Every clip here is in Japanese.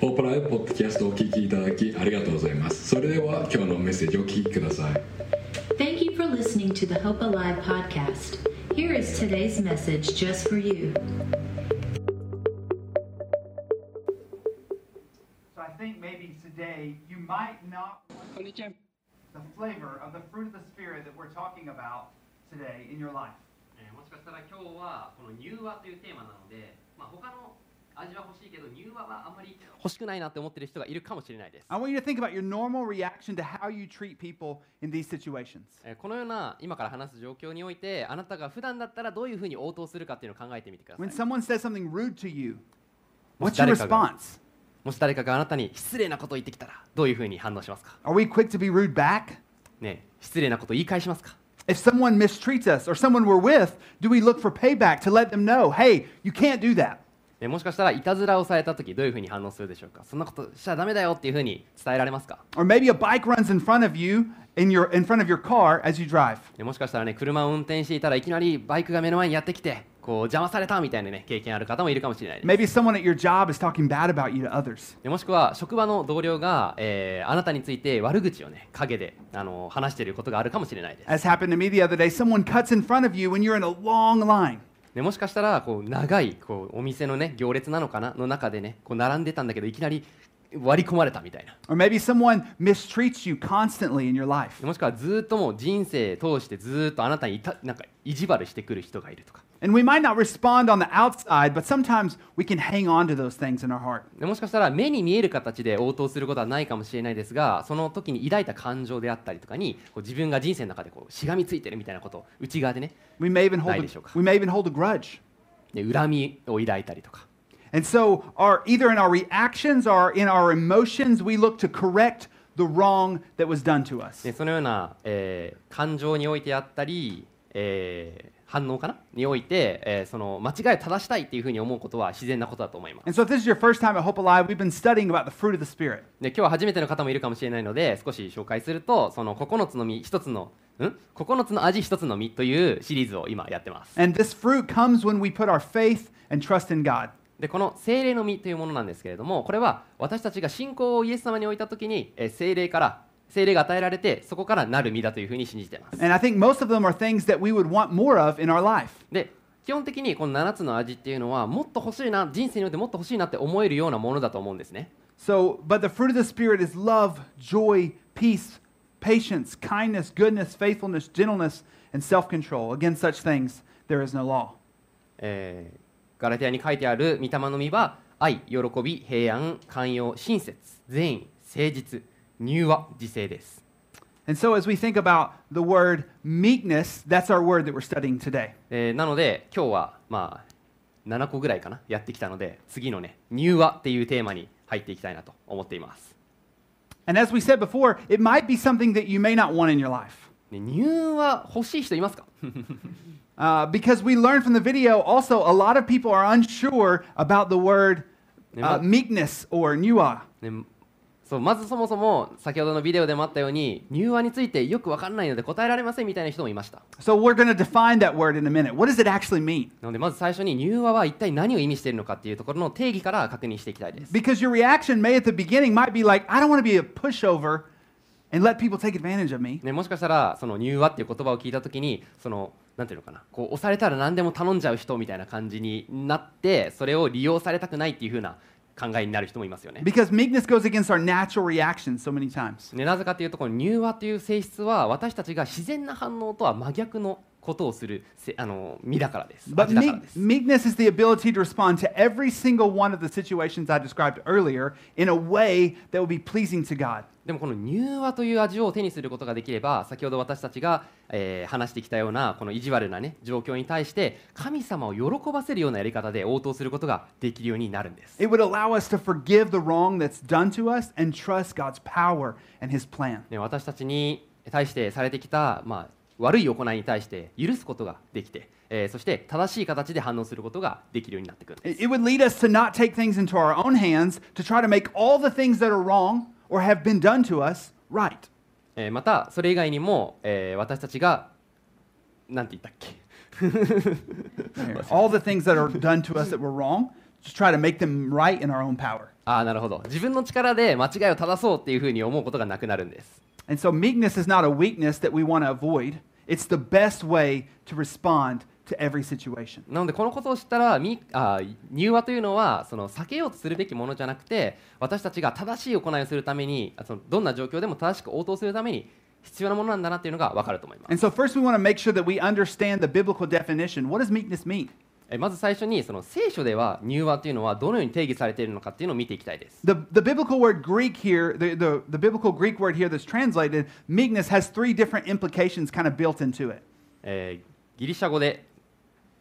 ポープライブポッドキャストをお聞きいただきありがとうございますそれでは今日のメッセージをお聞きください Thank you for listening to the Hope Alive podcast. Here is today's message just for you. So I think maybe today you might not want こんにちは。 the flavor of the fruit of the Spirit that we're talking about today in your life. えーもしかしたら今日はこの柔和というテーマなので、まあ、他の味は欲しいけど柔和はあんまり欲しくないなって思ってる人がいるかもしれないです。 I want you to think about your normal reaction to how you treat people in these situations. えーこのような今から話す状況においてあなたが普段だったらどういうふうに応答するかっていうのを考えてみてください When。someone says something rude to you, Well, what's your it's dedicated. response? もし誰かがあなたに失礼なことを言ってきたらどういうふうに反応しますか Are we quick to be rude back? ねえ失礼なこと言い返しますか If someone mistreats us or someone we're with, do we look for payback to let them know, hey, you can't do that? ねえもしかしたらいたずらをされた時どういうふうに反応するでしょうかそんなことしちゃダメだよっていうふうに伝えられますか Or maybe a bike runs in front of you in your in front of your car as you drive. でもしかしたらね車を運転していたらいきなりバイクが目の前にやってきてこう邪魔されたみたいなね経験ある方もいるかもしれないです Maybe someone at your job is talking bad about you to others. でもしくは職場の同僚が、えーあなたについて悪口をね陰で、あの話していることがあるかもしれないです As happened to me the other day, someone cuts in front of you when you're in a long line. でもしかしたらこう長いこうお店のね行列なのかなの中でねこう並んでたんだけどいきなり割り込まれたみたいな Or maybe someone mistreats you constantly in your life. でもしくはずーっともう人生通してずーっとあなたにいたなんか意地悪してくる人がいるとか And we might not respond on the outside, but sometimes we can hang on to those things in our heart. でもしかしたら目に見える形で応答することはないかもしれないですがその時に抱いた感情であったりとかにこう自分が人生の中でこうしがみついてるみたいなことを内側でね We may even hold a, ないでしょうか。 we may even hold a grudge. で恨みを抱いたりとか And so, our, either in our reactions or in our emotions, we look to correct the wrong that was done to us. でそのような、えー感情においてあったり、えー反応かなにおいて、えーその間違いを正したいっていうふうに思うことは自然なことだと思います And so, if this is your first time at Hope Alive, we've been studying about the fruit of the Spirit. で今日は初めての方もいるかもしれないので少し紹介するとその9つの実1つのん9つの味1つの実というシリーズを今やってます And this fruit comes when we put our faith and trust in God. でこの聖霊の実というものなんですけれどもこれは私たちが信仰をイエス様に置いた時にえー聖霊から聖霊が与えられてそこからなる実だというふうに信じてます And I think most of them are things that we would want more of in our life. で基本的にこの7つの味っていうのはもっと欲しいな人生においてもっと欲しいなって思えるようなものだと思うんですね So, but the fruit of the Spirit is love, joy, peace, patience, kindness, goodness, faithfulness, gentleness, and self control. Against such things, there is no law. えーガラテヤに書いてある御霊の実は愛喜び平安寛容親切善意誠実柔和自制です And so, as we think about the word meekness, that's our word that we're studying today. えーなので今日はまあ7個ぐらいかなやってきたので次のね「入和」っていうテーマに入っていきたいなと思っています。 And as we said before, it might be something that you may not want in your life. ね、入和欲しい人いますか Uh, because we learned from the video also, a lot of people are unsure about the word uh, Nema- meekness or nuah. ねそうまずそもそも先ほどのビデオでもあったように入和についてよく分かんないので答えられませんみたいな人もいました。 So we're going to define that word in a minute. What does it actually mean? なのでまず最初に入和は一体何を意味しているのかっていうところの定義から確認していきたいです。 Because your reaction may at the beginning might be like, I don't want to be a pushover and let people take advantage of me. ね、もしかしたらその入和っていう言葉を聞いた時にそのなんていうのかなこう押されたら何でも頼んじゃう人みたいな感じになってそれを利用されたくないっていう風な考えになる人もいますよね。 Because meekness goes against our natural reactions so many times. ね、なぜかっていうとこの入和という性質は私たちが自然な反応とは真逆のことをするせあの身だからです。 But 味だから meek- です meekness is the ability to respond to every single one of the situations I described earlier in a way that will be pleasing to God. でもこの入和という味を手にすることができれば先ほど私たちが、えー話してきたようなこの意地悪な、ね、状況に対して神様を喜ばせるようなやり方で応答することができるようになるんです。 It would allow us to forgive the wrong that's done to us and trust God's power and His plan. ね、私たちに対してされてきた、まあ、悪い行いに対して許すことができて、えーそして正しい形で反応することができるようになってくるんです It it would lead us to not take things into our own hands to try to make all the things that are wrong or have been done to us right. えーまたそれ以外にも、えー私たちがなんて言ったっけ All the things that are done to us that were wrong, just try to make them right in our own power. ああなるほど自分の力で間違いを正そうっていうふうに思うことがなくなるんです And so, meekness is not a weakness that we want to avoid, it's the best way to respond to every situation. なのでこのことを知ったらみあ入和というのはその避けようとするべきものじゃなくて私たちが正しい行いをするためにあそのどんな状況でも正しく応答するために必要なものなんだなっていうのが分かると思います And so, first, we want to make sure that we understand the biblical definition. What does meekness mean? えまず最初にその聖書では入和というのはどのように定義されているのかっていうのを見ていきたいです The, the biblical word Greek here, the, the, the biblical Greek word here that's translated, meekness, has three different implications kind of built into it. えーギリシャ語で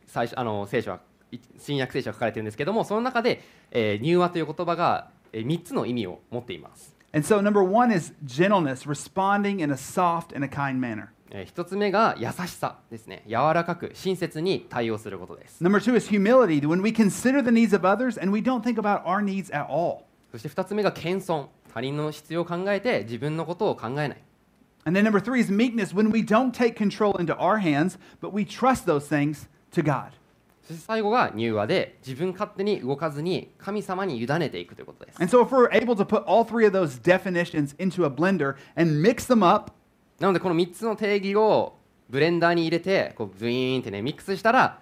最初あの聖書はい新約聖書が書かれてるんですけどもその中で、えー、入和という言葉が、え3つの意味を持っています、 And so, number one is gentleness, responding in a soft and a kind manner. え1つ目が優しさですね柔らかく親切に対応することです、 Number two is humility, when we consider the needs of others and we don't think about our needs at all. そして2つ目が謙遜他人の必要を考えて自分のことを考えない And then number three is meekness, when we don't take control into our hands, but we trust those things to God. そして最後が入和で自分勝手に動かずに神様に委ねていくということです And so, if we're able to put all three of those definitions into a blender and mix them up, なのでこの3つの定義をブレンダーに入れてこうブイーンってねミックスしたら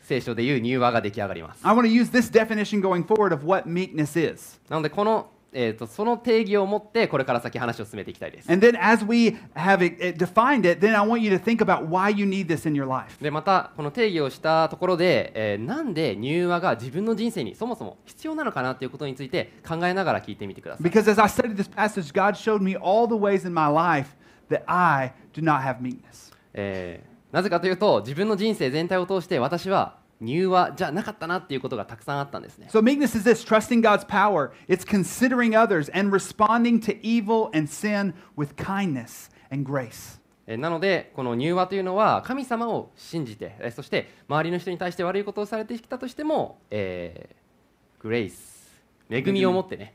聖書でいう入和が出来上がります I want to use this definition going forward of what meekness is. なのでこの、えー、とその定義を持ってこれから先話を進めていきたいです。 And then, as we have it, it defined it, then I want you to think about why you need this in your life. でまたこの定義をしたところで、えーなんで入和が自分の人生にそもそも必要なのかなということについて考えながら聞いてみてください。 Because as I studied this passage, God showed me all the ways in my life that I do not have meekness. えーなぜかというと自分の人生全体を通して私は入和じゃなかったなっていうことがたくさんあったんですね。 So, meekness is this trusting God's power, it's considering others and responding to evil and sin with kindness and grace. えーなのでこの入和というのは神様を信じて、えーそして周りの人に対して悪いことをされてきたとしても、えーグレイス恵みを持ってね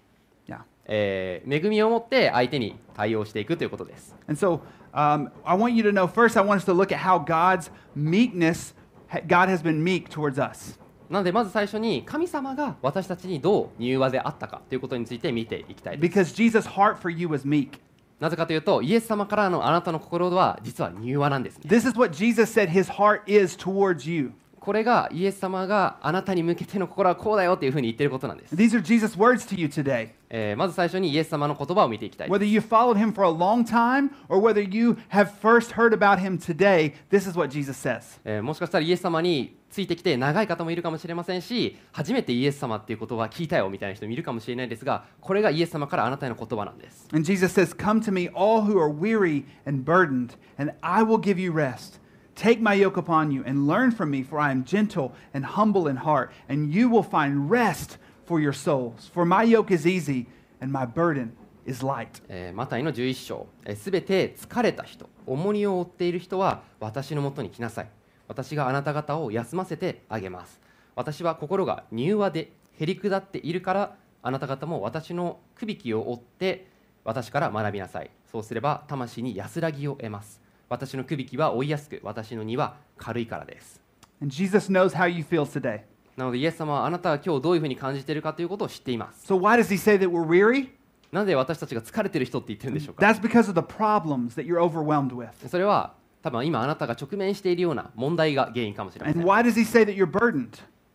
Yeah. えー恵みを持って相手に対応していくということです。 And so, um, I want you to know first, I want us to look at how God's meekness, ha- God has been meek towards us. なのでまず最初に神様が私たちにどう柔和であったかということについて見ていきたいです。 Because Jesus' heart for you was meek. なぜかというとイエス様からのあなたの心は実は柔和なんですね。 This is what Jesus said his heart is towards you. これがイエス様があなたに向けての心はこうだよというふうに言っていることなんです。 These are Jesus' words to you today. えーまず最初にイエス様の言葉を見ていきたいです。 Whether you followed him for a long time or whether you have first heard about him today, this is what Jesus says. えーもしかしたらイエス様についてきて長い方もいるかもしれませんし初めてイエス様っていう言葉聞いたよみたいな人もいるかもしれないですがこれがイエス様からあなたへの言葉なんです。 And Jesus says, Come to me, all who are weary and burdened, and I will give you rest. Take my yoke upon you and learn from me, for I am gentle and humble in heart, and you will find rest for your souls. For my yoke is easy and my burden is light. えーマタイの11章すべ、全て疲れた人重荷を負っている人は私のもとに来なさい私があなた方を休ませてあげます私は心が柔和でへり下っているからあなた方も私のくびきを追って私から学びなさいそうすれば魂に安らぎを得ます私のくびきは追いやすく私の荷は軽いからです And Jesus knows how you feel today. なのでイエス様はあなたは今日どういうふうに感じているかということを知っています So, why does he say that we're weary? なので私たちが疲れている人って言ってるんでしょうか That's because of the problems that you're overwhelmed with. それは多分今あなたが直面しているような問題が原因かもしれませ And ん。 why does he say that you're burdened?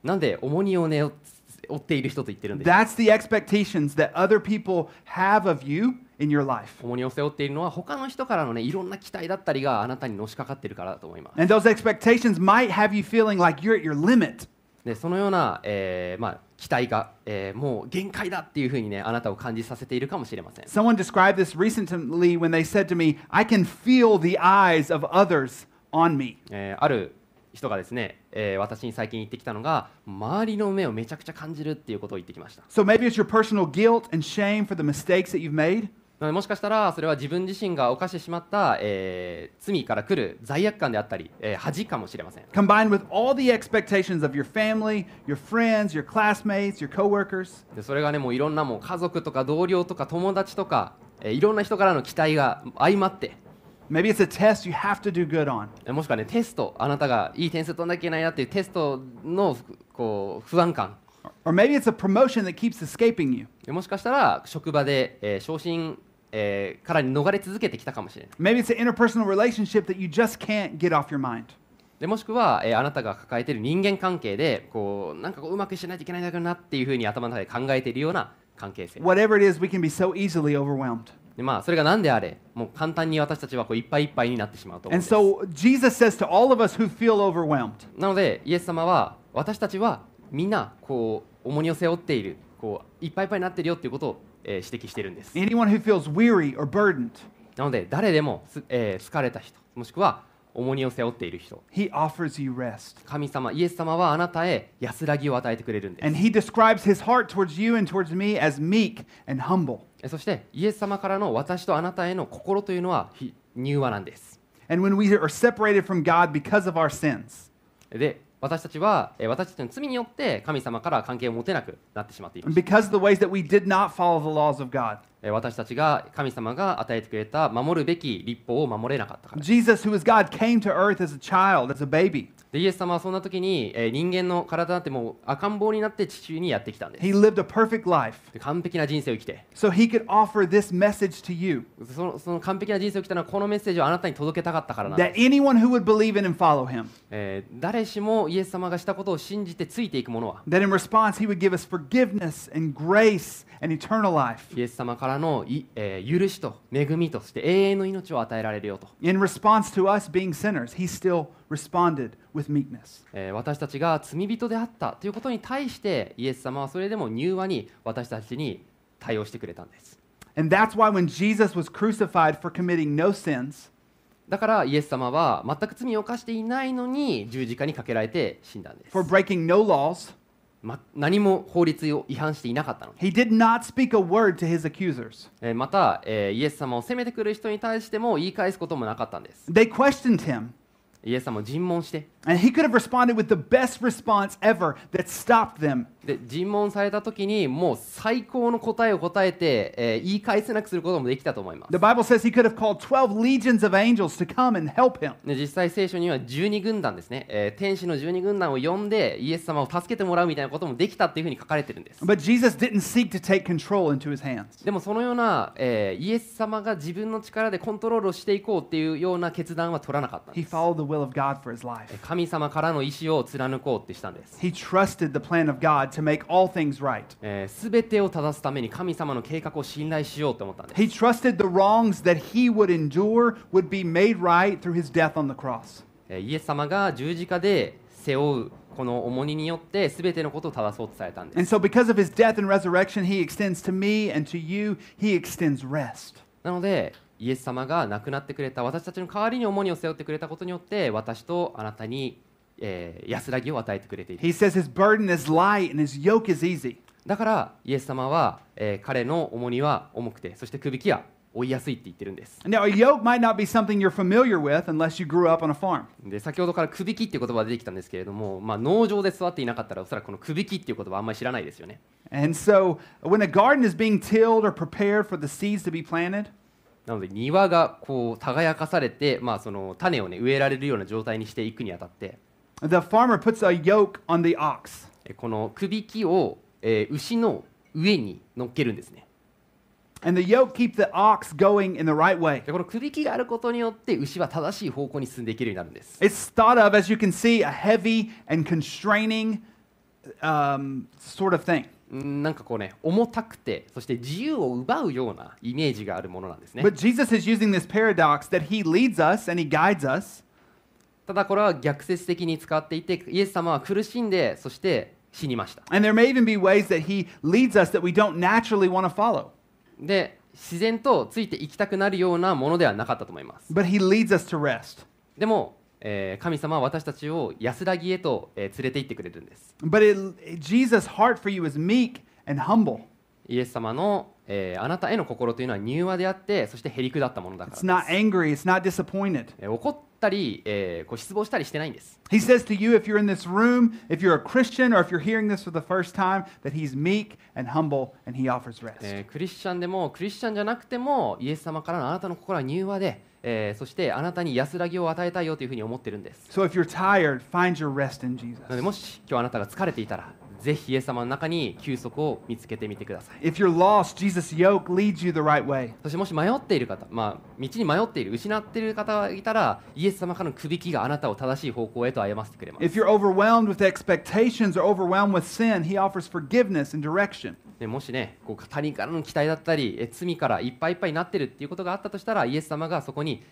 なんで重荷をね負っている人と言ってるんです。 That's the expectations that other people have of you in your life. 重荷を背負っているのは他の人からのねいろんな期待だったりがあなたにのしかかってるからだと思います。 And those expectations might have you feeling like you're at your limit. でそのような、えーまあ、期待が、えーもう限界だっていうふうにねあなたを感じさせているかもしれません。 Someone described this recently when they said to me, I can feel the eyes of others on me. えーある人がですね、えー私に最近言ってきたのが周りの目をめちゃくちゃ感じるっていうことを言ってきました。 So maybe it's your personal guilt and shame for the mistakes that you've made. なのでもしかしたらそれは自分自身が犯してしまった、えー罪から来る罪悪感であったり、えー恥かもしれません Combined with all the expectations of your family, your friends, your classmates, your coworkers, でそれがねもういろんなもう家族とか同僚とか友達とか、えーいろんな人からの期待が相まって maybe it's a test you have to do good on. えーもしくはねテストあなたがいい点数取らなきゃいけないなっていうテストのこう不安感 Or- Or maybe it's a promotion that keeps escaping you. でもしかしたら職場で、えー昇進、えーから逃れ続けてきたかもしれない Maybe it's an interpersonal relationship that you just can't get off your mind. でもしくは、えーあなたが抱えている人間関係でこうなんかこううまくしないといけないんだけどなっていうふうに頭の中で考えているような関係性 Whatever it is, we can be so easily overwhelmed. で、まあ、それが何であれもう簡単に私たちはこういっぱいいっぱいになってしまうと思うん And です so Jesus says to all of us who feel overwhelmed, なのでイエス様は私たちはみんなこう重荷を背負っているこういっぱいいっぱいになってるよっていうことを、えー指摘してるんです anyone who feels weary or burdened, なので誰でもす、えー疲れた人もしくは重荷を背負っている人 he offers you rest. 神様イエス様はあなたへ安らぎを与えてくれるんです And he describes his heart towards you and towards me as meek and humble. えそしてイエス様からの私とあなたへの心というのはひ柔和なんです And when we are separated from God because of our sins, で私たちはえ私たちの罪によって神様から関係を持てなくなってしまっていま and す because of the ways that we did not follow the laws of God, え私たちが神様が与えてくれた守るべき立法を守れなかったから Jesus, who is God, came to earth as a child, as a baby. でイエス様はそんな時にえ人間の体なんてもう赤ん坊になって地球にやってきたんです He lived a perfect life で完璧な人生を生きて so he could offer this message to you そのその完璧な人生を生きたのはこのメッセージをあなたに届けたかったからなんで that す、 anyone who would believe in and follow him, えー誰しもイエス様がしたことを信じてついていくものは that in response he would give us forgiveness and grace and eternal life. イエス様からのい、えー許しと恵みとして永遠の命を与えられるよと、 In response to us being sinners, he still responded with meekness. えー私たちが罪人であったということに対してイエス様はそれでも柔和に私たちに対応してくれたんです And that's why when Jesus was crucified for committing no sins, だからイエス様は全く罪を犯していないのに十字架にかけられて死んだんです、 for breaking no laws, ま、何も法律を違反していなかったのに、 he did not speak a word to his accusers. えーまた、えーイエス様を責めてくる人に対しても言い返すこともなかったんです They questioned him, イエス様を尋問して and he could have responded with the best response ever that stopped them. で尋問された時にもう最高の答えを答えて、えー言い返せなくすることもできたと思います The Bible says he could have called 12 legions of angels to come and help him. で実際聖書には12軍団ですね、えー天使の12軍団を呼んでイエス様を助けてもらうみたいなこともできたっていうふうに書かれてるんです But Jesus didn't seek to take control into his hands. でもそのような、えーイエス様が自分の力でコントロールをしていこうっていうような決断は取らなかったん He です followed the will of God for his life. 神様からの意志を貫こうってしたんです He trusted the plan of God to make all things right. えー全てを正すために神様の計画を信頼しようと思ったんです He trusted the wrongs that he would endure would be made right through his death on the cross. えーイエス様が十字架で背負うこの重荷によって全てのことを正そうとされたんです And so, because of his death and resurrection, he extends to me and to you, he extends rest. なのでイエス様が亡くなってくれた私たちの代わりに重荷を背負ってくれたことによって私とあなたに、えー安らぎを与えてくれている He says his burden is light and his yoke is easy. だからイエス様は、えー彼の重荷は重くてそしてくびきは負いやすいって言ってるんです Now, a yoke might not be something you're familiar with unless you grew up on a farm. で先ほどからくびきっていう言葉が出てきたんですけれども、まあ、農場で育っていなかったらおそらくこのくびきっていう言葉あんまり知らないですよね And so, when a garden is being tilled or prepared for the seeds to be planted, なので庭がこう耕されて、まあ、その種をね植えられるような状態にしていくにあたって、 the farmer puts a yoke on the ox. えこのくびきを、えー牛の上に乗っけるんですね And the yoke keep the ox going in the right way. でこのくびきがあることによって牛は正しい方向に進んでいけるようになるんです、 It's thought of, as you can see, a heavy and constraining um, sort of thing. うんなんかこうね重たくてそして自由を奪うようなイメージがあるものなんですね But Jesus is using this paradox that he leads us and he guides us, ただこれは逆説的に使っていてイエス様は苦しんでそして死にました and there may even be ways that he leads us that we don't naturally want to follow. で自然とついていきたくなるようなものではなかったと思います But he leads us to rest. でも、えー神様は私たちを安らぎへと、えー連れて行ってくれるんです But it, Jesus' heart for you is meek and humble. イエス様の、えーあなたへの心というのは柔和であってそしてへりくだったものだか It's らです not angry, it's not disappointed. えー怒ったり、えーこう失望したりしてないんです He says to you, if you're in this room, if you're a Christian, or if you're hearing this for the first time, that he's meek and humble and he offers rest. えークリスチャンでもクリスチャンじゃなくてもイエス様からのあなたの心は柔和で、えーそしてあなたに安らぎを与えたいよというふうに思ってるんです So if you're tired, find your rest in なので Jesus. もし今日あなたが疲れていたらぜひイエス様の中に休息を見つけてみてください If you're lost, Jesus' yoke leads you the right way. そしてもし迷っている方、まあ、道に迷っている失っている方がいたらイエス様からのくびきがあなたを正しい方向へと歩ませてくれます If you're overwhelmed with expectations or overwhelmed with sin, He offers forgiveness and direction. でもしねこう他人からの期待だったりえ罪からいっぱいいっぱいになってるっていうことがあったとしたらイエス様がそこに、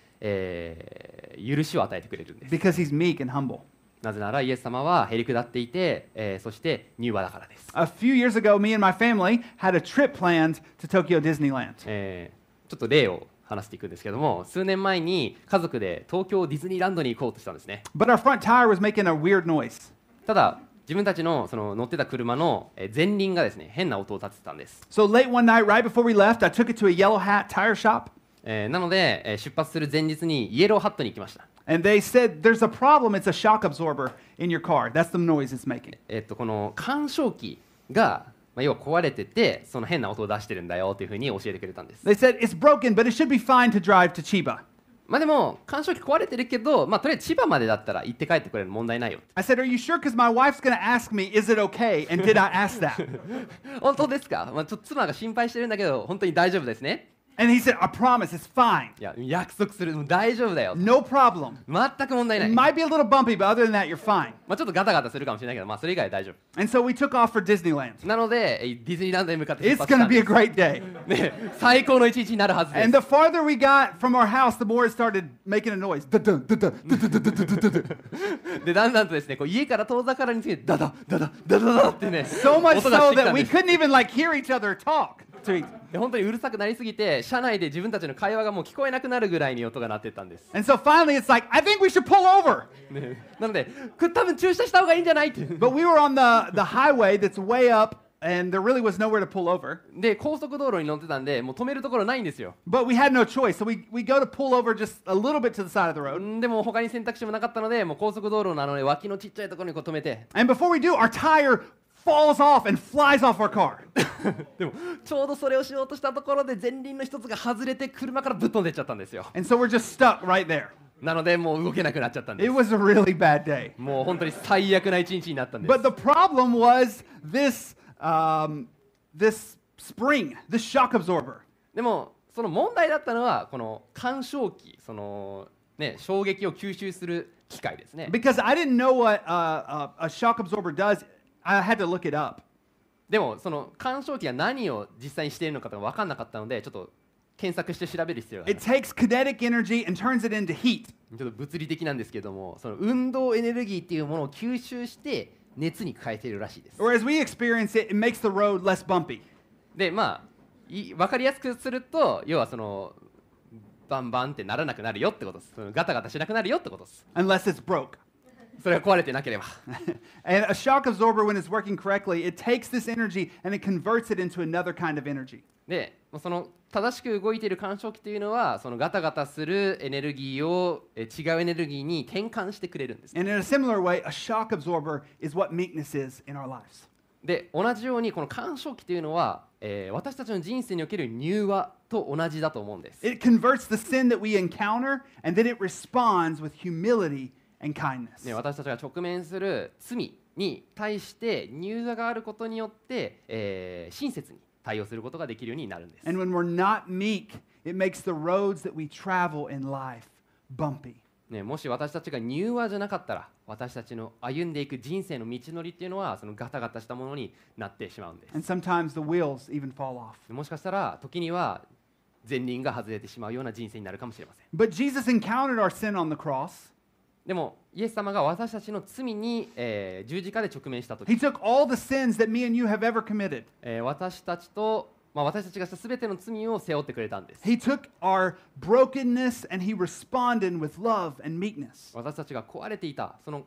えー許しを与えてくれるんです because he's meek and humble. なぜならイエス様はへりくだっていて、えーそして柔和だからです、 A few years ago, me and my family had a trip planned to Tokyo Disneyland. えーちょっと例を話していくんですけども数年前に家族で東京ディズニーランドに行こうとしたんですね But our front tire was making a weird noise. ただ自分たちのその乗ってた車のえー前輪がですね変な音を立ててたんです So late one night, right before we left, I took it to a yellow hat tire shop, えーなので、えー出発する前日にイエローハットに行きました、 and they said, There's a problem. It's a shock absorber in your car. That's the noise it's making. えっとこの干渉機が、まあ、要は壊れててその変な音を出してるんだよというふうに教えてくれたんです、 They said, It's broken, but it should be fine to drive to Chiba. まあ、でも干渉機壊れてるけど、まあ、とりあえず千葉までだったら行って帰ってくれる問題ないよ I said, Are you sure? Because my wife's going to ask me, Is it okay? And did I ask that? 本当ですか、まあ、ちょっと妻が心配してるんだけど本当に大丈夫ですね And he said, I promise, it's fine. いや約束するもう大丈夫だよ No problem. 全く問題な It い、 might be a little bumpy, but other than that, you're fine. まあ、ちょっとガタガタするかもしれないけど、まあ、それ以外は大丈夫 And so we took off for Disneyland. なのでえーディズニーランドへ向かって出 It's 発 going し to たん be で a す great day. ね最高の一日になるはずです And the farther we got from our house, the more it started making a noise. Dun-dun, dun-dun, dun-dun, dun-dun, dun-dun, dun-dun. でだんだんとですねこう家から遠ざからにつけてダダダダダダダってね So much 音がし so てきた that ん we です couldn't even like hear each other talk. To each- で本当にうるさくなりすぎて車内で自分たちの会話がもう聞こえなくなるぐらいに音が鳴ってったんです、 And so finally, it's like I think we should pull over. ねなのでく多分駐車した方がいいんじゃないって But we were on the the highway that's way up, and there really was nowhere to pull over. で高速道路に乗ってたんでもう止めるところないんですよ But we had no choice, so we we go to pull over just a little bit to the side of the う road. んでも他に選択肢もなかったのでもう高速道路なので脇のちっちゃいところにこう止めて And before we do, our tire falls off and flies off our car. でもちょうどそれをしようとしたところで前輪の一つが外れて車からぶっ飛んでっちゃったんですよ And so we're just stuck right there. なのでもう動けなくなっちゃったんで It was す a really bad day. もう本当に最悪な一日になったんです But the problem was this um, this spring, this shock absorber. でもその問題だったのはこの干渉機そのね衝撃を吸収する機械ですね Because I didn't know what uh, uh, a shock absorber does, I had to look it up. でもその干渉機が何を実際にしているのかとか分かんなかったのでちょっと検索して調べる必要があり It ま takes す kinetic energy and turns it into heat. ちょっと物理的なんですけどもその運動エネルギーっていうものを吸収して熱に変えているらしいです Or as we experience it, it makes the road less bumpy. でまあい分かりやすくすると要はそのバンバンってならなくなるよってことですそのガタガタしなくなるよってことです Unless it's broke. それが壊れてなければ and a shock absorber, when it's working correctly, it takes this energy and it converts it into another kind of energy. でまあその正しく動いている干渉器というのはそのガタガタするエネルギーをえ違うエネルギーに転換してくれるんですね And in a similar way, a shock absorber is what meekness is in our lives. で同じようにこの干渉器というのは、えー私たちの人生における柔和と同じだと思うんです It converts the sin that we encounter and then it responds with humility and kindness. ね、私たちが直面する罪に対して柔和があることによって、えー親切に対応することができるようになるんです And when we're not meek, it makes the roads that we travel in life bumpy. ね、もし私たちが柔和じゃなかったら私たちの歩んでいく人生の道のりっていうのはそのガタガタしたものになってしまうんです And sometimes the wheels even fall off. もしかしたら時には前輪が外れてしまうような人生になるかもしれません But Jesus encountered our sin on the cross. でもイエス様が私たちの罪に、えー十字架で直面した He 時、 took all the sins that me and you have ever committed. えー私たちと、まあ、私たちがした全ての罪を背負ってくれたんです He took our brokenness and he responded with love and meekness. 私たちが壊れていたその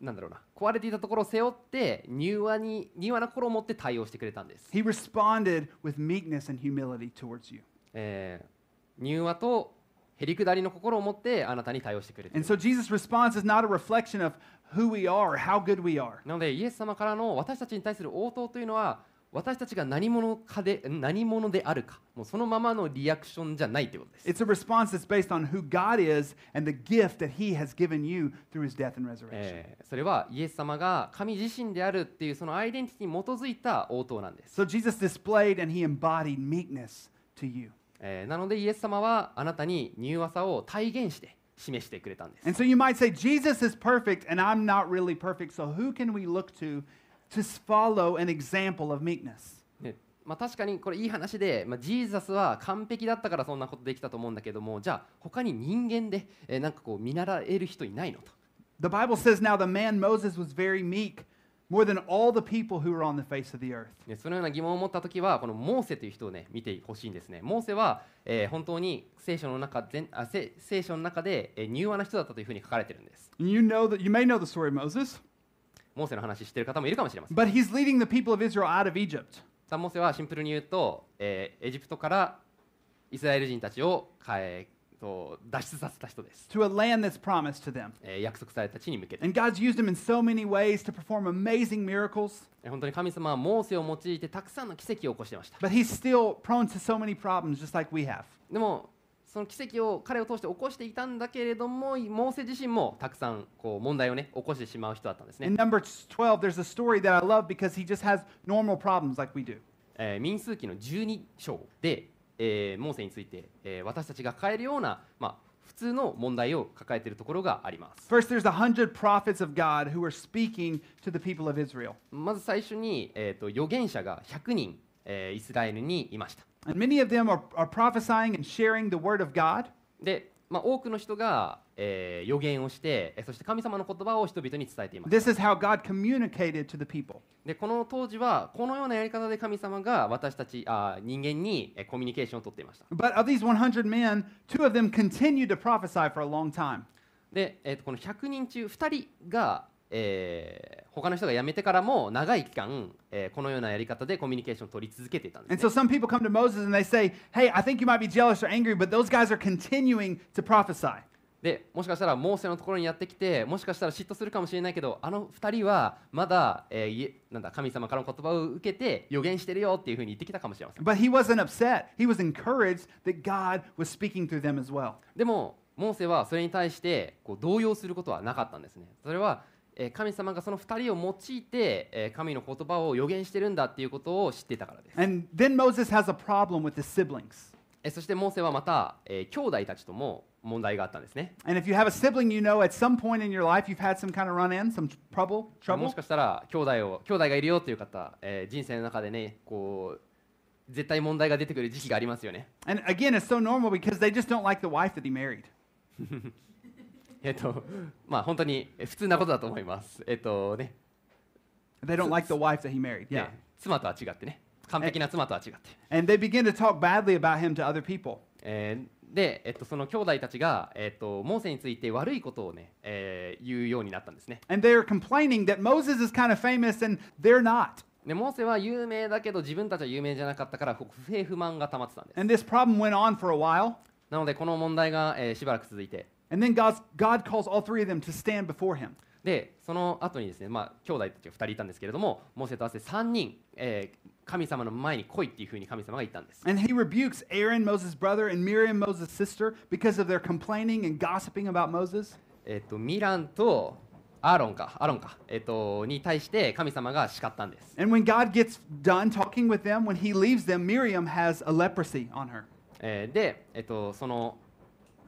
なんだろうな壊れていたところを背負って柔和に柔和な心を持って対応してくれたんです、 He responded with meekness and humility towards you. えー柔和とへりくだりの心を持ってあなたに対応してくれてい And る so Jesus' response is not a reflection of who we are or how good we are. なのでイエス様からの私たちに対する応答というのは私たちが何者かで何者であるかもうそのままのリアクションじゃないということで It's す a response that's based on who God is and the gift that He has given you through His death and resurrection. えーそれはイエス様が神自身であるっていうそのアイデンティティに基づいた応答なんです、 So Jesus displayed and He embodied meekness to you. えーなのでイエス様はあなたに柔和さを体現して示してくれたんです And so you might say, Jesus is perfect and I'm not really perfect, so who can we look to to follow an example of meekness? ねまあ、確かにこれいい話で、まあ、ジーザスは完璧だったからそんなことできたと思うんだけどもじゃあ他に人間で、えーなんかこう見習える人いないのと The Bible says now the man Moses was very meek, more than all the people who were on the face of the earth. ねそのような疑問を持った時はこのモーセという人をね見てほしいんですねモーセは、えー本当に聖書の中全あせ聖書の中で、えー柔和な人だったというふうに書かれてるんです And you know that you may know the story of Moses, モーセの話してる方もいるかもしれません but he's leading the people of Israel out of Egypt. さあモーセはシンプルに言うと、えーエジプトからイスラエル人たちをかえーと脱出させた人です、 to a land that's promised to them. えー約束された地に向けて And God's used him in so many ways to perform amazing miracles, え本当に神様はモーセを用いてたくさんの奇跡を起こしてました but he's still prone to so many problems, just like we have. でもその奇跡を彼を通して起こしていたんだけれどもモーセ自身もたくさんこう問題をね起こしてしまう人だったんですね In、Numbers 12, there's a story that I love because he just has normal problems like we do. えー民数記の12章で、えーモーセについて、えー私たちが抱えるような、まあ、普通の問題を抱えているところがあります First, there's a hundred prophets of God who are speaking to the people of Israel. まず最初に、えー、と預言者が100人、えーイスラエルにいました And many of them are, are prophesying and sharing the word of God. で、まあ、多くの人が、えー預言をしてえーそして神様の言葉を人々に伝えていまし This た is how God communicated to the people. でこの当時はこのようなやり方で神様が私たちあ人間にえコミュニケーションを取っていました But of these 100 men, two of them continued to prophesy for a long time. で、えーとこの100人中2人が、えー他の人が辞めてからも長い期間、えーこのようなやり方でコミュニケーションを取り続けていたんで And す、ね so、some people come to Moses and they say, Hey, I think you might be jealous or angry, but those guys are continuing to prophesy. でもしかしたらモーセのところにやってきてもしかしたら嫉妬するかもしれないけどあの2人はまだ,、えーいえなんだ神様からの言葉を受けて予言してるよっていうふうに言ってきたかもしれません But he wasn't upset. He was encouraged that God was speaking through them as well. でもモーセはそれに対してこう動揺することはなかったんですねそれは、えー神様がその2人を用いて、えー神の言葉を予言してるんだっていうことを知ってたからです、 And then Moses has a problem with his siblings. えーそしてモーセはまた、えー兄弟たちとも問題があったんですね And if you have a sibling, you know at some point in your life you've had some kind of run in, some trouble. も trouble. しかしたら兄弟を兄弟がいるよという方、えー人生の中でねこう絶対問題が出てくる時期がありますよね And again, it's so normal because they just don't like the wife that he married. えっ、とまあ本当にえー普通なことだと思いますえっ、とね They don't like the wife that he married. ね Yeah. 妻とは違ってね完璧な妻とは違って And they begin to talk badly about him to other people. えーで、えっと、その兄弟たちが、えっと、モーセについて悪いことをね、えー言うようになったんですね And they're complaining that Moses is kind of famous and they're not. でモーセは有名だけど自分たちは有名じゃなかったからこう不平不満が溜まってたんです And this problem went on for a while. なのでこの問題が、えーしばらく続いて And then God's, God calls all three of them to stand before him. でその後にですねまあ兄弟たちが2人いたんですけれどもモーセと合わせて3人、えー神様の前に来いっていうふうに神様が言ったんです And he rebukes Aaron, Moses' brother, and Miriam, Moses' sister, because of their complaining and gossiping about Moses. えっとミランとアーロンかアーロンか、えっとに対して神様が叱ったんです And when God gets done talking with them, when he leaves them, Miriam has a leprosy on her. えーで、えっと、その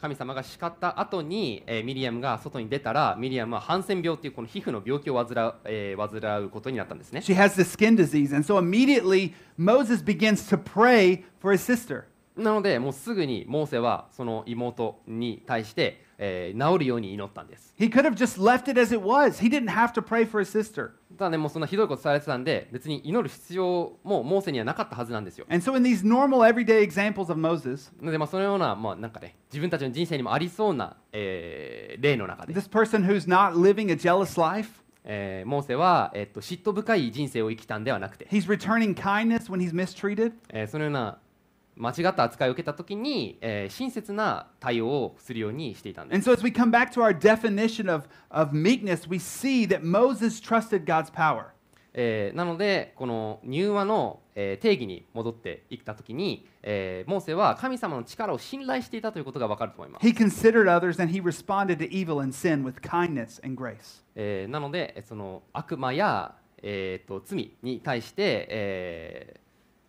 神様が叱った後に、えーミリアムが外に出たらミリアムはハンセン病っていうこの皮膚の病気を患う,、えー患うことになったんですね She has this skin disease. And so immediately, Moses begins to pray for his sister. なのでもうすぐにモーセはその妹に対して、えー治るように祈ったんです He could have just left it as it was, he didn't have to pray for his sister. ただねもうそんなひどいことされてたんで別に祈る必要もモーセにはなかったはずなんですよ And so, in these normal, everyday examples of Moses, なのでまあそのような,、まあ、なんかね自分たちの人生にもありそうな、えー例の中で this person who's not living a jealous life, えーモーセは、えっと嫉妬深い人生を生きたんではなくて he's returning kindness when he's mistreated. えーそのような間違った扱いを受けた時に、えー親切な対応をするようにしていたんです And so, as we come back to our definition of, of meekness, we see that Moses trusted God's power. えーなのでこの入和の、えー定義に戻っていった時に、えーモーセは神様の力を信頼していたということがわかると思います、 He considered others and he responded to evil and sin with kindness and grace. えーなのでえその悪魔や、えーと罪に対して、えー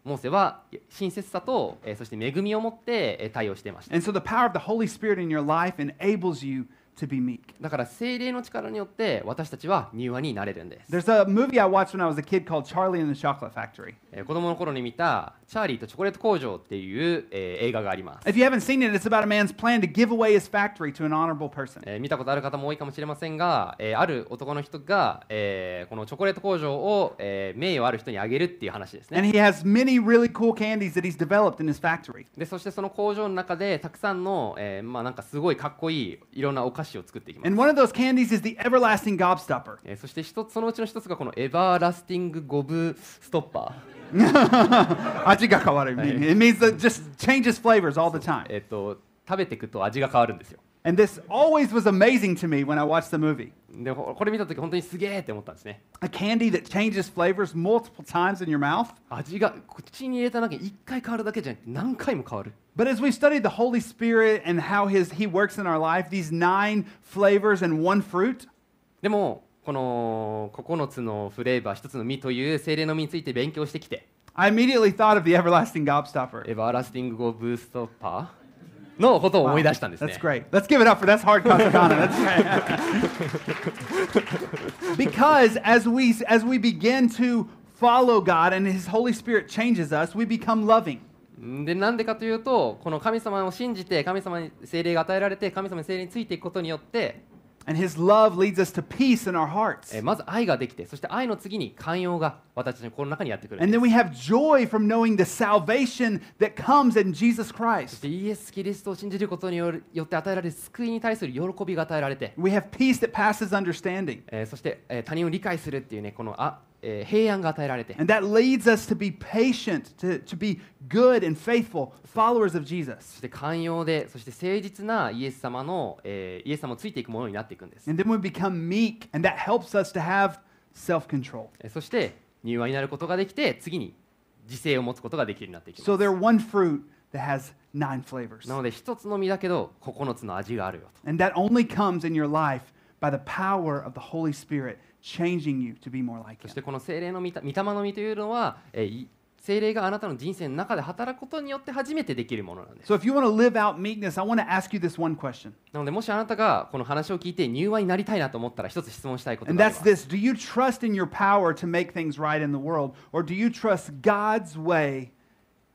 モーセは親切さと、えーそして恵みを持ってえー対応していました And so the power of the Holy Spirit in your life enables you to be meek. だから精霊の力によって私たちは柔和になれるんです、 There's a movie I watched when I was a kid called Charlie and the Chocolate Factory. えー子供の頃に見た「チャーリーとチョコレート工場」っていう、えー映画があります、 If you haven't seen it, it's about a man's plan to give away his factory to an honorable person. えー見たことある方も多いかもしれませんが、えーある男の人が、えーこのチョコレート工場を、えー名誉ある人にあげるっていう話ですね And he has many really cool candies that he's developed in his factory. でそしてその工場の中でたくさんの、えーまあ、なんかすごいかっこいいいろんなお菓子を作っていきます And、one of those candies is the everlasting gobstopper. えーそして一つそのうちの一つがこのエバーラスティングゴブストッパー Aji ga kawaru mean. It means that just changes flavors all the time. えっと食べていくと味が変わるんですよ And this always was amazing to me when I watched the movie. でほこれ見た時本当にすげえって思ったんですね A candy that changes flavors multiple times in your mouth. 味が口に入れただけ一回変わるだけじゃなくて何回も変わる But as we studied the Holy Spirit and how his he works in our life, these nine flavors and one fruit, でもこの9つのフレーバー1つの実という精霊の実について勉強してきて I immediately thought of the everlasting gobstopper. エバーラスティング・ゴブ・ストッパーのことを思い出したんですね That's great. Let's give it up for that's hard katakana. That's because as we as we begin to follow God and His Holy Spirit changes us, we become loving. でなんでかというとこの神様を信じて神様に精霊が与えられて神様に精霊についていくことによって、 And His love leads us to peace in our hearts. えーまず愛ができてそして愛の次に寛容が私たちの心の中にやってくるん And で then す we have joy from knowing the salvation that comes in Jesus そし Christ. てイエス・キリストを信じることによるよって与えられる救いに対する喜びが与えられて We have peace that passes understanding. えーそして、えー他人を理解するっていうねこのあ、えー平安が与えられて And that leads us to be patient, to, to be good and faithful followers of そ Jesus. して寛容でそして誠実なイエス様の、えーイエス様をついていくものになっていくんです、 And then we become meek, and that helps us to have self control. えーそして入和になることができて次に自制を持つことができるようになっていきます So they're one fruit that has nine flavors. なので一つの実だけど9つの味があるよ And that only comes in your life by the power of the Holy Spirit changing you to be more like と Him. そしてこの精霊の御た御霊の実というのは、えーい精霊があなたの人生の中で働くことによって初めてできるものなんです。 So if you want to live out meekness, I want to ask you this one question. なのでもしあなたがこの話を聞いて入和になりたいなと思ったら一つ質問したいこと And があり that's ます。 this Do you trust in your power to make things right in the world? Or do you trust God's way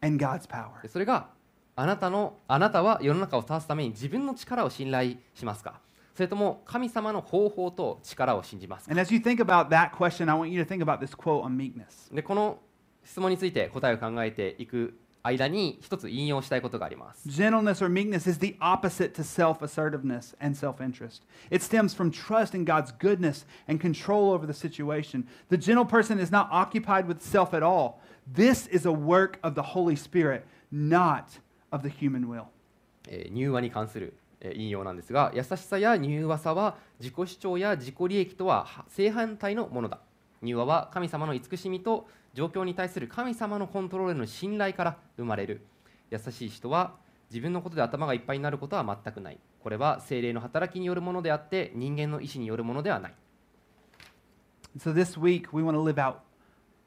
and God's power? でそれがあなたのあなたは世の中を正すために自分の力を信頼しますかそれとも神様の方法と力を信じますか And as you think about that question, I want you to think about this quote on meekness. でこの質問について答えを考えていく間に一つ引用したいことがあります、 Gentleness or meekness is the opposite to self assertiveness and self interest. It stems from trust in God's goodness and control over the situation. The gentle person is not occupied with self at all. This is a work of the Holy Spirit, not of the human will. えー、入和に関する、えー引用なんですが優しさや入和さは自己主張や自己利益とはは正反対のものだ入和は神様の慈しみと状況に対する神様のコントロールへの信頼から生まれる優しい人は自分のことで頭がいっぱいになることは全くないこれは精霊の働きによるものであって人間の意思によるものではない And so this week, we want to live out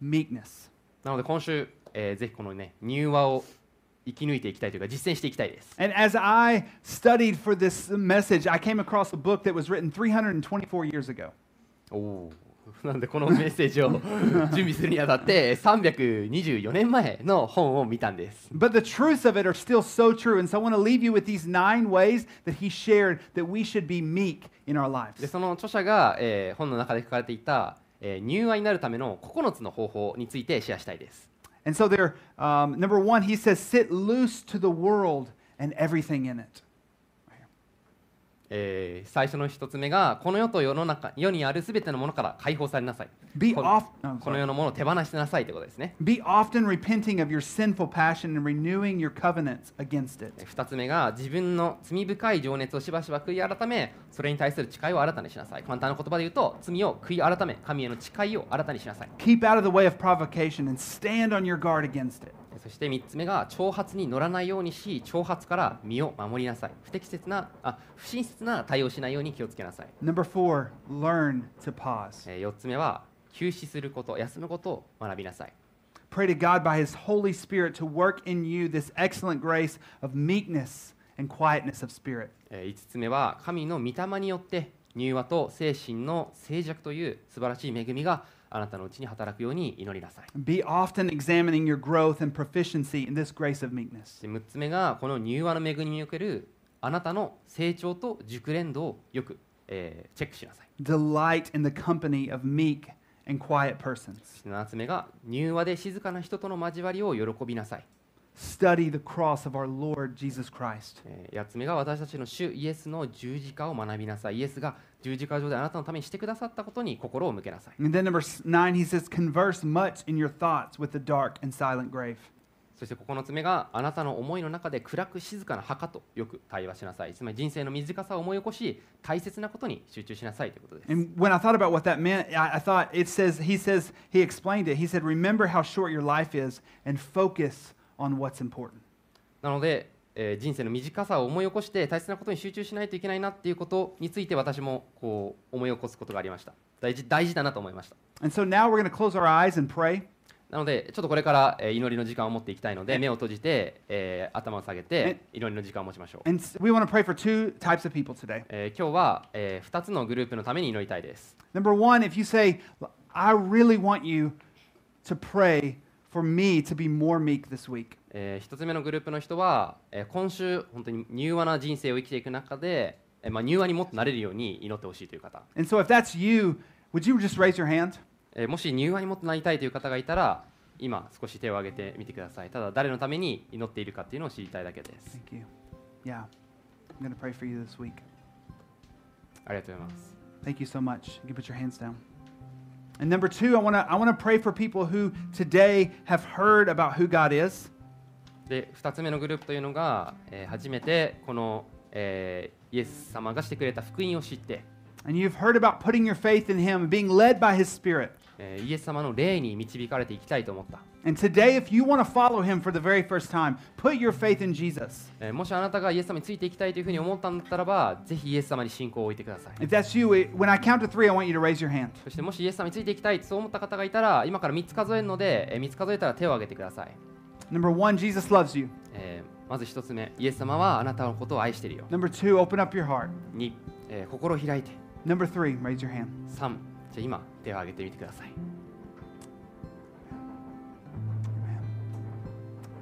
meekness. なので今週、えーぜひこのね入和を生き抜いていきたいというか実践していきたいです And as I studied for this message, I came across a book that was written 324 years ago. おおなんでこのメッセージを準備するにあたって324年前の本を見たんです、 But the truths of it are still so true. And so I want to leave you with these nine ways that he shared that we should be meek in our で lives. その著者が、えー本の中で書かれていた、えー入愛になるための9つの方法についてシェアしたいです、 And so there, um, number one, he says, sit loose to the world and everything in it. ええー最初の一つ目がこの世と世の中世にあるすべてのものから解放されなさい Be こ off- oh, I'm sorry. のこの世のものを手放しなさいということですね Be often repenting of your sinful passion and renewing your covenants against it. 2つ目が自分の罪深い情熱をしばしば悔い改めそれに対する誓いを新たにしなさい簡単な言葉で言うと罪を悔い改め神への誓いを新たにしなさい Keep out of the way of provocation and stand on your guard against it. そして3つ目が挑発に乗らないようにし挑発から身を守りなさい不適切なあ不親切な対応をしないように気をつけなさい、 Number4, learn to pause. え4つ目は休止すること休むことを学びなさい Pray to God by His Holy Spirit to work in you this excellent grace of meekness and quietness of spirit. 5つ目は神の御霊によって入和と精神の静寂という素晴らしい恵みがあなたのうちに働くように祈りなさい Be often examining your growth and proficiency in this grace of meekness. で6つ目がこの入和の恵みにおけるあなたの成長と熟練度をよく、えーチェックしなさい Delight in the company of meek and quiet persons. 7つ目が入和で静かな人との交わりを喜びなさい Study the cross of our Lord Jesus Christ. えー八つ目が私たちの主イエスの十字架を学びなさいイエスが十字架上であなたのためにしてくださったことに心を向けなさい And then number s- nine, he says, converse much in your thoughts with the dark and silent grave. そして9つ目があなたの思いの中で暗く静かな墓とよく対話しなさいつまり人生の短さを思い起こし大切なことに集中しなさいということです、 And when I thought about what that meant, I, I thought it says, he says, he explained it. He said, remember how short your life is and focus on what's important. なので、えー人生の短さを思い起こして大切なことに集中しないといけないなっていうことについて私もこう思い起こすことがありました大事大事だなと思いました And so now we're going to close our eyes and pray. なのでちょっとこれから、えー祈りの時間を持っていきたいので目を閉じて、えー頭を下げて祈りの時間を持ちましょう And s- we want to pray for two types of people today. えー今日は、え2つのグループのために祈りたいです、 Number one, if you say, I really want you to pray for me to be more meek this week. え1つ目のグループの人は、えー今週本当に柔和な人生を生きていく中で、えーまあ、柔和にもっとなれるように祈ってほしいという方、 And so if that's you, would you just raise your hand? えーもし柔和にもっとなりたいという方がいたら今少し手を挙げてみてくださいただ誰のために祈っているかっていうのを知りたいだけです、 Thank you. Yeah, I'm going to pray for you this week. ありがとうございます、 Thank you so much. You can put your hands down. And number two, I want to I want to pray for people who today have heard about who God is, で2つ目のグループというのが、えー初めてこの、えーイエス様がしてくれた福音を知って、 and you've heard about putting your faith in Him, being led by His Spirit. えーイエス様の霊に導かれていきたいと思った、 And today, if you want to follow Him for the very first time, put your faith in Jesus. えーもしあなたがイエス様についていきたいというふうに思ったんだったらば、ぜひイエス様に信仰を置いてください If。that's you, it- when I count to three, I want you to raise your hand. そしてもしイエス様についていきたいそう思った方がいたら、今から3つ数えるので、え3つ数えたら手を挙げてください。 Number one, Jesus loves you. えーまず1つ目、イエス様はあなたのことを愛しているよ。 Number two, open up your heart. 2、えー心を開いて。 Number three, raise your hand. 3、じゃあ今、手を挙げてみてください。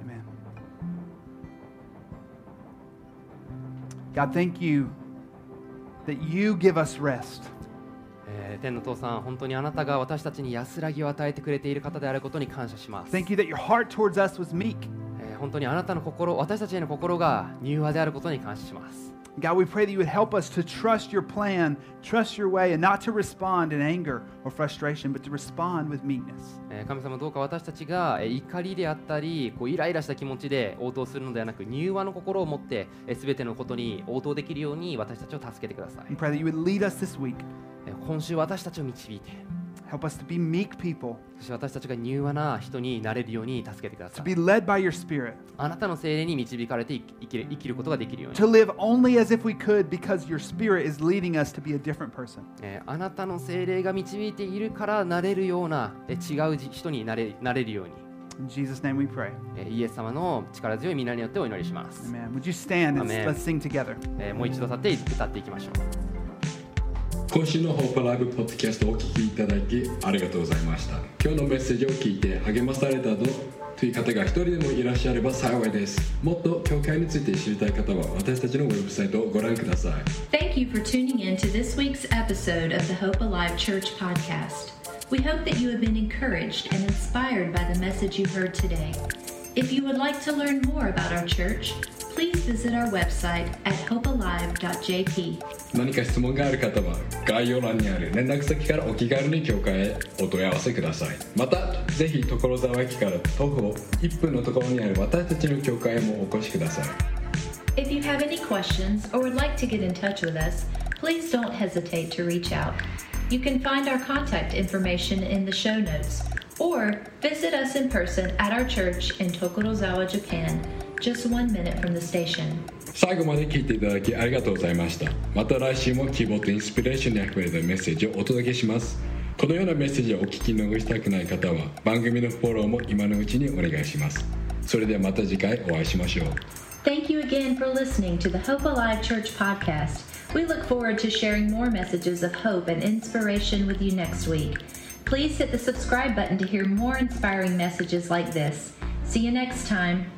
Amen. Amen. God, thank you that you give us rest. えー天の父さん、本当にあなたが私たちに安らぎを与えてくれている方であることに感謝します。 Thank you that your heart towards us was meek. えー本当にあなたの心、私たちへの心が柔和であることに感謝します。 God, we pray that you would help us to trust your plan, trust your way, and not to respond in anger or frustration, but to respond with meekness. えー神様どうか私たちがえー怒りであったりこうイライラした気持ちで応答するのではなく柔和の心を持ってすべてのことに応答できるように私たちを助けてください We pray that you would lead us this week. えー今週私たちを導いて Help us to be meek people, そして私たちが柔和な人になれるように助けてくだ to さ be い led by your spirit, あなたの精霊に導かれて生き生きる生きることができるように to live only as if we could because your spirit is leading us to be a different person. えーあなたの精霊が導いているからなれるようなえー違うじ人になれなれるように In Jesus' name we pray. えーイエス様の力強い皆によってお祈りします、 Amen. Would you stand and Amen. let's sing together? えーもう一度立って歌っていきましょう今週のホープライブポッドキャストをお聞きいただきありがとうございました今日のメッセージを聞いて励まされたとという方が一人でもいらっしゃれば幸いですもっと教会について知りたい方は私たちのウェブサイトをご覧ください Thank you for tuning in to this week's episode of the Hope Alive Church podcast. We hope that you have been encouraged and inspired by the message you heard today. If you would like to learn more about our church, please visit our website at hopealive.jp. 何か質問がある方は概要欄にある連絡先からお気軽に教会へお問い合わせくださいまたぜひ所沢駅から徒歩1分のところにある私たちの教会へもお越しください If you have any questions or would like to get in touch with us, please don't hesitate to reach out. You can find our contact information in the show notes or visit us in person at our church in Tokorozawa, Japan, just one minute from the station. 最後まで聞いていただきありがとうございましたまた来週も希望とインスピレーションにあふれたメッセージをお届けしますこのようなメッセージをお聞き逃したくない方は番組のフォローも今のうちにお願いしますそれではまた次回お会いしましょう Thank you again for listening to the Hope Alive Church podcast. We look forward to sharing more messages of hope and inspiration with you next week. Please hit the subscribe button to hear more inspiring messages like this. See you next time.